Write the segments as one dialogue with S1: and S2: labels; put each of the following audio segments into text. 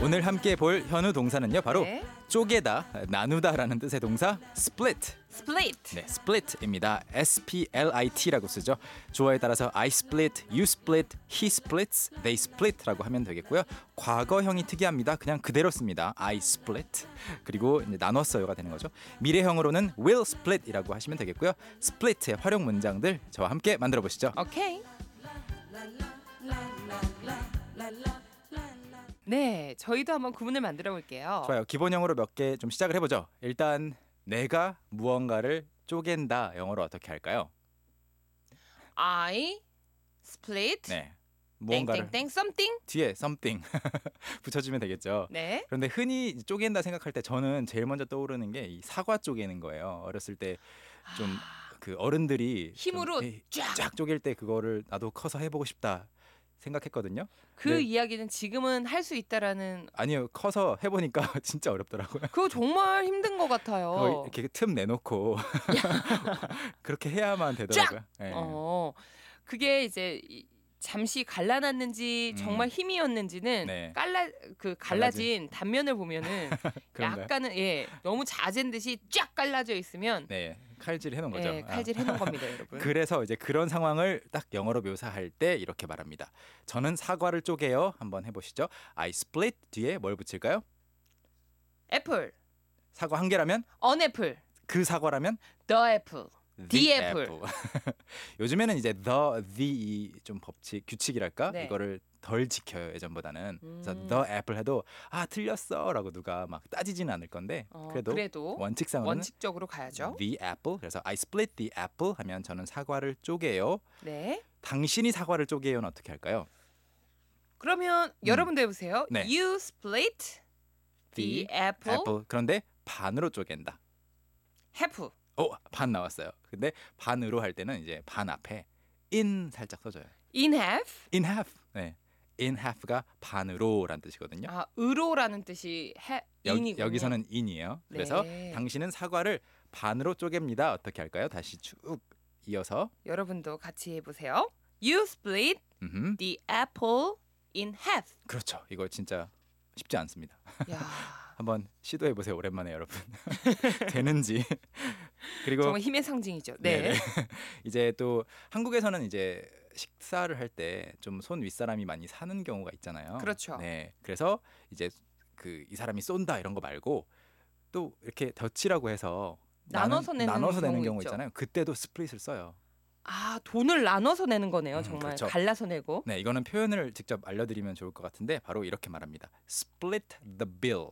S1: 오늘 함께 볼 현우 동사는요 바로
S2: 네.
S1: 쪼개다, 나누다라는 뜻의 동사 split.
S2: split.
S1: 네, split입니다. S P L I T라고 쓰죠. 조어에 따라서 I split, you split, he splits, they split라고 하면 되겠고요. 과거형이 특이합니다. 그냥 그대로 씁니다. I split. 그리고 이제 나눴어요가 되는 거죠. 미래형으로는 will split이라고 하시면 되겠고요. split의 활용 문장들 저와 함께 만들어 보시죠.
S2: 오케이. 네, 저희도 한번 구문을 만들어 볼게요.
S1: 좋아요. 기본형으로 몇 개 좀 시작을 해보죠. 일단 내가 무언가를 쪼갠다 영어로 어떻게 할까요?
S2: I split
S1: 네, 무언가를
S2: 땡땡땡 something.
S1: 뒤에 something 붙여주면 되겠죠.
S2: 네.
S1: 그런데 흔히 쪼갠다 생각할 때 저는 제일 먼저 떠오르는 게 이 사과 쪼개는 거예요. 어렸을 때 좀 그 어른들이 좀
S2: 힘으로
S1: 이-
S2: 아, 쫙.
S1: 쫙 쪼갤 때 그거를 나도 커서 해보고 싶다 생각했거든요.
S2: 그
S1: 네.
S2: 이야기는 지금은 할 수 있다라는
S1: 아니요, 커서 해보니까 진짜 어렵더라고요.
S2: 그거 정말 힘든 것
S1: 그거
S2: 같아요.
S1: 이렇게 틈 내놓고 그렇게 해야만 되더라고요. 예.
S2: 어. 그게 이제 이- 잠시 갈라놨는지
S1: 음.
S2: 정말 힘이었는지는
S1: 네.
S2: 깔라 그 갈라진 단면을 보면은
S1: 그런가요?
S2: 약간은 예 너무 자젠 듯이 쫙 깔라져 있으면
S1: 네, 칼질 해놓은 거죠.
S2: 예,
S1: 아.
S2: 칼질 해놓은 겁니다, 여러분.
S1: 그래서 이제 그런 상황을 딱 영어로 묘사할 때 이렇게 말합니다. 저는 사과를 쪼개요. 한번 해보시죠. I split 뒤에 뭘 붙일까요?
S2: 애플,
S1: 사과 한 개라면
S2: 언 애플,
S1: 그 사과라면
S2: 더 애플. The apple.
S1: 요즘에는 이제 the the 좀 법칙 규칙이랄까
S2: 네.
S1: 이거를 덜 지켜요 예전보다는. 그래서
S2: 음.
S1: the apple 해도 아 틀렸어라고 누가 막 따지진 않을 건데
S2: 어,
S1: 그래도, 음,
S2: 그래도
S1: 원칙상으로는
S2: 원칙적으로 가야죠.
S1: the apple. 그래서 I split the apple 하면 저는 사과를 쪼개요.
S2: 네.
S1: 당신이 사과를 쪼개요는 어떻게 할까요?
S2: 그러면 여러분도 해보세요.
S1: 음. 네.
S2: You split the, apple, apple.
S1: apple. 그런데 반으로 쪼갠다.
S2: half.
S1: 어, 반 나왔어요. 근데 반으로 할 때는 이제 반 앞에 in 살짝 써줘요.
S2: in half.
S1: in half. 네. in half가 반으로란 뜻이거든요.
S2: 아, 의로라는 뜻이 해,
S1: 여,
S2: in이군요.
S1: 여기서는 in이에요. 그래서
S2: 네.
S1: 당신은 사과를 반으로 쪼갭니다. 어떻게 할까요? 다시 쭉 이어서
S2: 여러분도 같이 해보세요. You split
S1: 음흠.
S2: the apple in half.
S1: 그렇죠. 이거 진짜 쉽지 않습니다.
S2: 야,
S1: 한번 시도해 보세요. 오랜만에 여러분. 되는지. 그리고
S2: 정말 힘의 상징이죠. 네.
S1: 네네. 이제 또 한국에서는 이제 식사를 할 때 좀 손 윗사람이 많이 사는 경우가 있잖아요.
S2: 그렇죠.
S1: 네. 그래서 이제 그 이 사람이 쏜다 이런 거 말고 또 이렇게 덧치라고 해서 나는-
S2: 나눠서 내는
S1: 나눠서 내는
S2: 경우
S1: 경우
S2: 있죠.
S1: 있잖아요. 그때도 스플릿을 써요.
S2: 아, 돈을 나눠서 내는 거네요.
S1: 음,
S2: 정말
S1: 그렇죠.
S2: 갈라서 내고.
S1: 네, 이거는 표현을 직접 알려 드리면 좋을 것 같은데 바로 이렇게 말합니다. split the bill.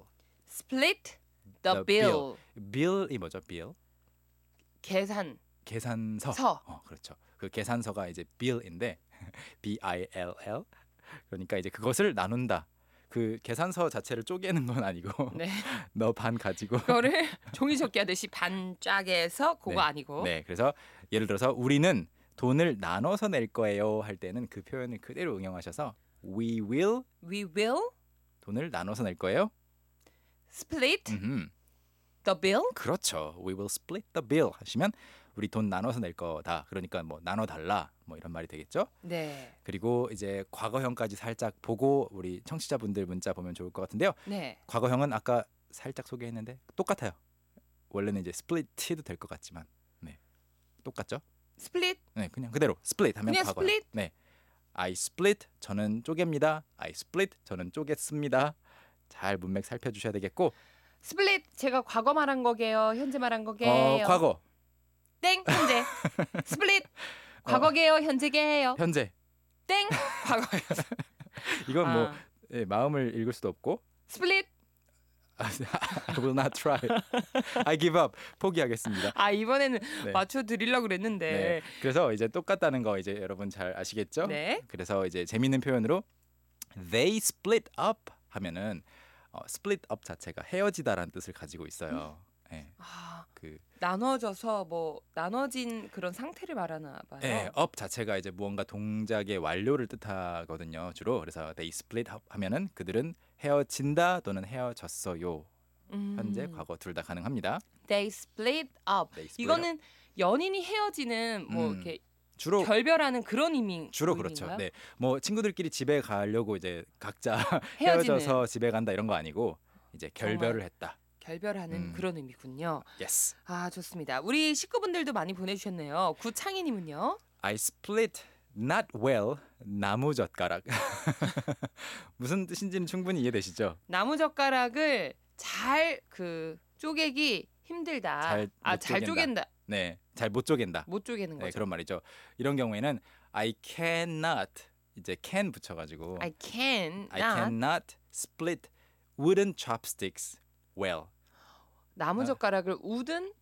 S2: split the,
S1: The bill.
S2: bill.
S1: bill이 뭐죠? bill.
S2: 계산
S1: 계산서.
S2: 서.
S1: 어, 그렇죠. 그 계산서가 이제 bill인데 B I L L. 그러니까 이제 그것을 나눈다. 그 계산서 자체를 쪼개는 건 아니고
S2: 네.
S1: 너 반 가지고
S2: 그거를 종이 접기 하듯이 반 짝에서 그거
S1: 네.
S2: 아니고
S1: 네. 그래서 예를 들어서 우리는 돈을 나눠서 낼 거예요 할 때는 그 표현을 그대로 응용하셔서 we will
S2: we will
S1: 돈을 나눠서 낼 거예요.
S2: split
S1: 음흠.
S2: the bill.
S1: 그렇죠. we will split the bill 하시면 우리 돈 나눠서 낼 거다. 그러니까 뭐 나눠 달라 뭐 이런 말이 되겠죠.
S2: 네.
S1: 그리고 이제 과거형까지 살짝 보고 우리 청취자분들 문자 보면 좋을 것 같은데요.
S2: 네.
S1: 과거형은 아까 살짝 소개했는데 똑같아요. 원래는 이제 스플릿해도 될 것 같지만 네. 똑같죠?
S2: split
S1: 네, 그냥 그대로 스플릿 하면
S2: 그냥
S1: 과거.
S2: split?
S1: 네. I split 저는 쪼갭니다. I split 저는 쪼갰습니다. 잘 문맥 살펴 주셔야 되겠고 어,
S2: split 제가 과거 말한 거게요. 현재 말한 거게요.
S1: 어, 과거,
S2: 땡 현재 split
S1: 어.
S2: 과거게요. 현재게요.
S1: 현재.
S2: 땡 과거요.
S1: 이건 뭐
S2: 아,
S1: 예, 마음을 읽을 수도 없고
S2: split
S1: I will not try. I give up. 포기하겠습니다.
S2: 아 이번에는
S1: 네.
S2: 맞춰 드리려고 그랬는데
S1: 네. 그래서 이제 똑같다는 거 이제 여러분 잘 아시겠죠?
S2: 네.
S1: 그래서 이제 재밌는 표현으로 they split up 하면은 어, split up 자체가 헤어지다라는 뜻을 가지고 있어요. 예.
S2: 아,
S1: 그
S2: 나눠져서 뭐 나눠진 그런 상태를 말하나 봐요.
S1: 예, up 자체가 이제 무언가 동작의 완료를 뜻하거든요. 주로. 그래서 they split up 하면은 그들은 헤어진다 또는 헤어졌어요.
S2: 음.
S1: 현재 과거 둘 다 가능합니다.
S2: They split up.
S1: They split up.
S2: 이거는 연인이 헤어지는 뭐
S1: 음.
S2: 이렇게
S1: 주로
S2: 결별하는 그런 의미
S1: 주로 그렇죠.
S2: 의미인가요?
S1: 네. 뭐 친구들끼리 집에 가려고 이제 각자
S2: 헤어지는
S1: 헤어져서 집에 간다 이런 거 아니고 이제 결별을 했다.
S2: 결별하는
S1: 음.
S2: 그런 의미군요.
S1: Yes.
S2: 아 좋습니다. 우리 식구분들도 많이 보내주셨네요. 구창희님은요.
S1: I split not well 나무 젓가락. 무슨 뜻인지는 충분히 이해되시죠?
S2: 나무 젓가락을 잘 그 쪼개기 힘들다.
S1: 잘못
S2: 아 잘
S1: 쪼갠다.
S2: 쪼갠다.
S1: 네. 잘 못 쪼갠다.
S2: 못 쪼개는
S1: 네,
S2: 거죠.
S1: 그런 말이죠. 이런 경우에는 I cannot 이제 can 붙여 가지고
S2: I can
S1: 그렇죠. I
S2: not.
S1: cannot split wooden chopsticks well. 아.
S2: 나무 젓가락을 우든
S1: wooden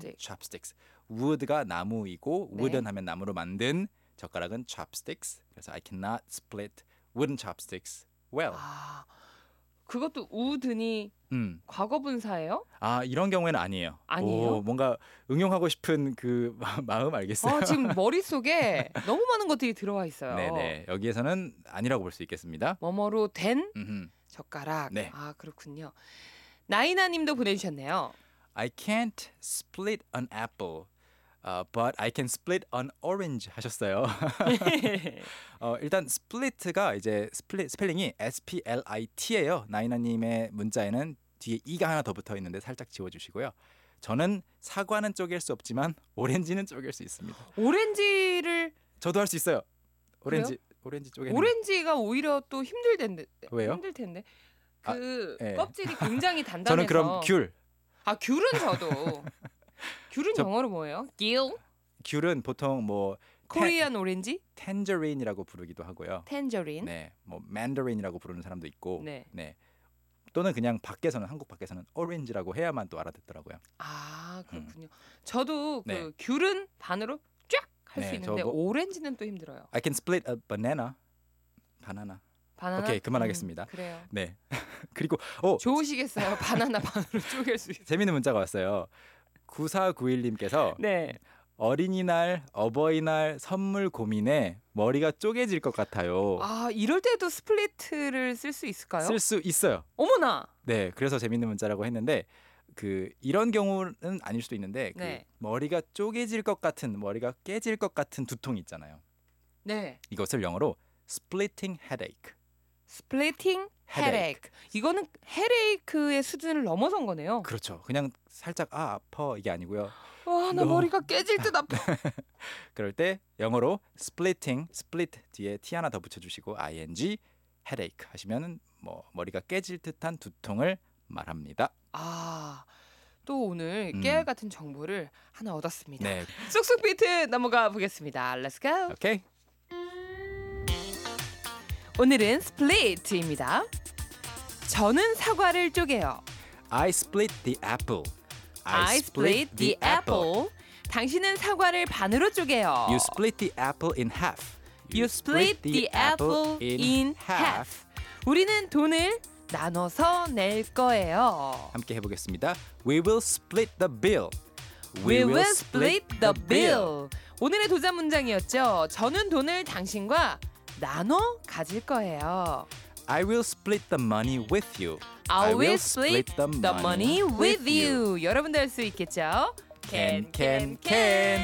S2: chopstick.
S1: chopsticks. wood가 나무이고
S2: 네.
S1: wooden 하면 나무로 만든 젓가락은 chopsticks. 그래서 I cannot split wooden chopsticks well.
S2: 아 그것도 우든이
S1: 음.
S2: 과거 분사예요?
S1: 아, 이런 경우에는 아니에요.
S2: 아니에요?
S1: 오, 뭔가 응용하고 싶은 그 마- 마음 알겠어요.
S2: 어, 지금 머릿속에 너무 많은 것들이 들어와 있어요.
S1: 네, 네. 여기에서는 아니라고 볼 수 있겠습니다.
S2: 뭐뭐로 된
S1: 음흠.
S2: 젓가락.
S1: 네.
S2: 아 그렇군요. 나이나님도 보내주셨네요.
S1: I can't split an apple. uh, but I can split an orange 하셨어요. 어, 일단 split가 이제 스플릿, 스펠링이 S P L I T예요. 나이나님의 문자에는 뒤에 e가 하나 더 붙어 있는데 살짝 지워주시고요. 저는 사과는 쪼갤 수 없지만 오렌지는 쪼갤 수 있습니다.
S2: 오렌지를
S1: 저도 할 수 있어요. 오렌지 오렌지 쪼개는
S2: 오렌지가 오히려 또 힘들텐데
S1: 왜요?
S2: 힘들 텐데
S1: 아,
S2: 그
S1: 예.
S2: 껍질이 굉장히 단단해서
S1: 저는 그럼 귤
S2: 아 귤은 저도 귤은
S1: 저-
S2: 영어로 뭐예요? 귤
S1: 귤은 보통 뭐
S2: 코리안 오렌지
S1: 텐저린이라고 부르기도 하고요.
S2: 텐저린
S1: 네, 뭐 만다린이라고 부르는 사람도 있고
S2: 네.
S1: 네. 또는 그냥 밖에서는 한국 밖에서는 오렌지라고 해야만 또 알아듣더라고요.
S2: 아 그렇군요 저도 그
S1: 음. 네.
S2: 귤은 반으로 쫙 할 수
S1: 네,
S2: 있는데
S1: 저 뭐-
S2: 오렌지는 또 힘들어요
S1: I can split a banana. 바나나.
S2: 바나나
S1: 오케이, 그만하겠습니다.
S2: 음, 그래요
S1: 네. 그리고 오
S2: 좋으시겠어요 바나나 반으로 쪼갤 수 있어요
S1: 재밌는 문자가 왔어요. 9491님께서
S2: 네
S1: 어린이날, 어버이날 선물 고민에 머리가 쪼개질 것 같아요.
S2: 아 이럴 때도 스플리트를 쓸 수 있을까요?
S1: 쓸 수 있어요.
S2: 어머나
S1: 네, 그래서 재밌는 문자라고 했는데 그 이런 경우는 아닐 수도 있는데 그
S2: 네.
S1: 머리가 쪼개질 것 같은 머리가 깨질 것 같은 두통 있잖아요.
S2: 네
S1: 이것을 영어로 splitting headache.
S2: 스플리팅 헤레이크. 이거는 헤레이크의 수준을 넘어선 거네요.
S1: 그렇죠. 그냥 살짝 아 아파 이게 아니고요.
S2: 와, 나
S1: 너무-
S2: 머리가 깨질 듯 아파.
S1: 그럴 때 영어로 splitting, split 뒤에 t 하나 더 붙여주시고 ing, headache 하시면은 뭐 머리가 깨질 듯한 두통을 말합니다.
S2: 아, 또 오늘
S1: 음.
S2: 깨알 같은 정보를 하나 얻었습니다.
S1: 네,
S2: 쑥쑥 비트 넘어가 보겠습니다. Let's go.
S1: 오케이.
S2: 오늘은 스플리트입니다. 저는 사과를 쪼개요.
S1: I split the apple.
S2: I, split the apple. 당신은 사과를 반으로 쪼개요.
S1: You split the apple in half.
S2: You split the apple in half. 우리는 돈을 나눠서 낼 거예요.
S1: 함께 해보겠습니다. We will split the bill.
S2: We will split the bill. 오늘의 도전 문장이었죠. 저는 돈을 당신과 나눠 가질 거예요.
S1: I will split the money with you.
S2: I will split the money with you. 여러분도 할 수 있겠죠?
S1: Can, can, can.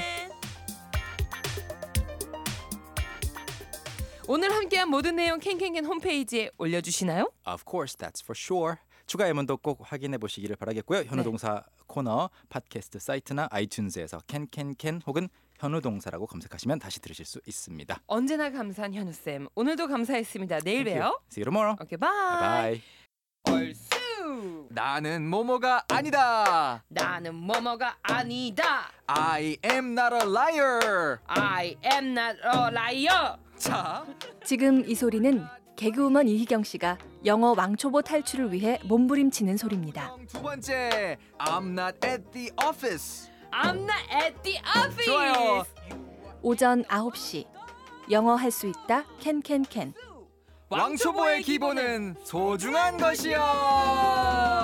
S2: 오늘 함께한 모든 내용 캔캔캔 홈페이지에 올려주시나요?
S1: Of course, that's for sure. 추가 예문도 꼭 확인해 보시기를 바라겠고요. 현우
S2: 네.
S1: 동사 코너 팟캐스트 사이트나 아이튠즈에서 캔캔캔 혹은 현우 동사라고 검색하시면 다시 들으실 수 있습니다.
S2: 언제나 감사한 현우 쌤. 오늘도 감사했습니다. 내일
S1: Thank you.
S2: 봬요.
S1: See you tomorrow.
S2: 오케이 바이.
S1: Bye.
S2: 얼쑤.
S3: 나는 모모가 아니다.
S2: 나는 뭐뭐가 아니다.
S3: I am not a liar.
S2: I am not a liar.
S3: 자,
S4: 지금 이 소리는 개그우먼 이희경 씨가 영어 왕초보 탈출을 위해 몸부림치는 소리입니다.
S3: 두 번째. I'm not at the office.
S2: I'm not at the office.
S3: 좋아요.
S4: 오전 9시 영어 할 수 있다 캔캔캔
S3: 왕초보의 기본은 소중한 것이요.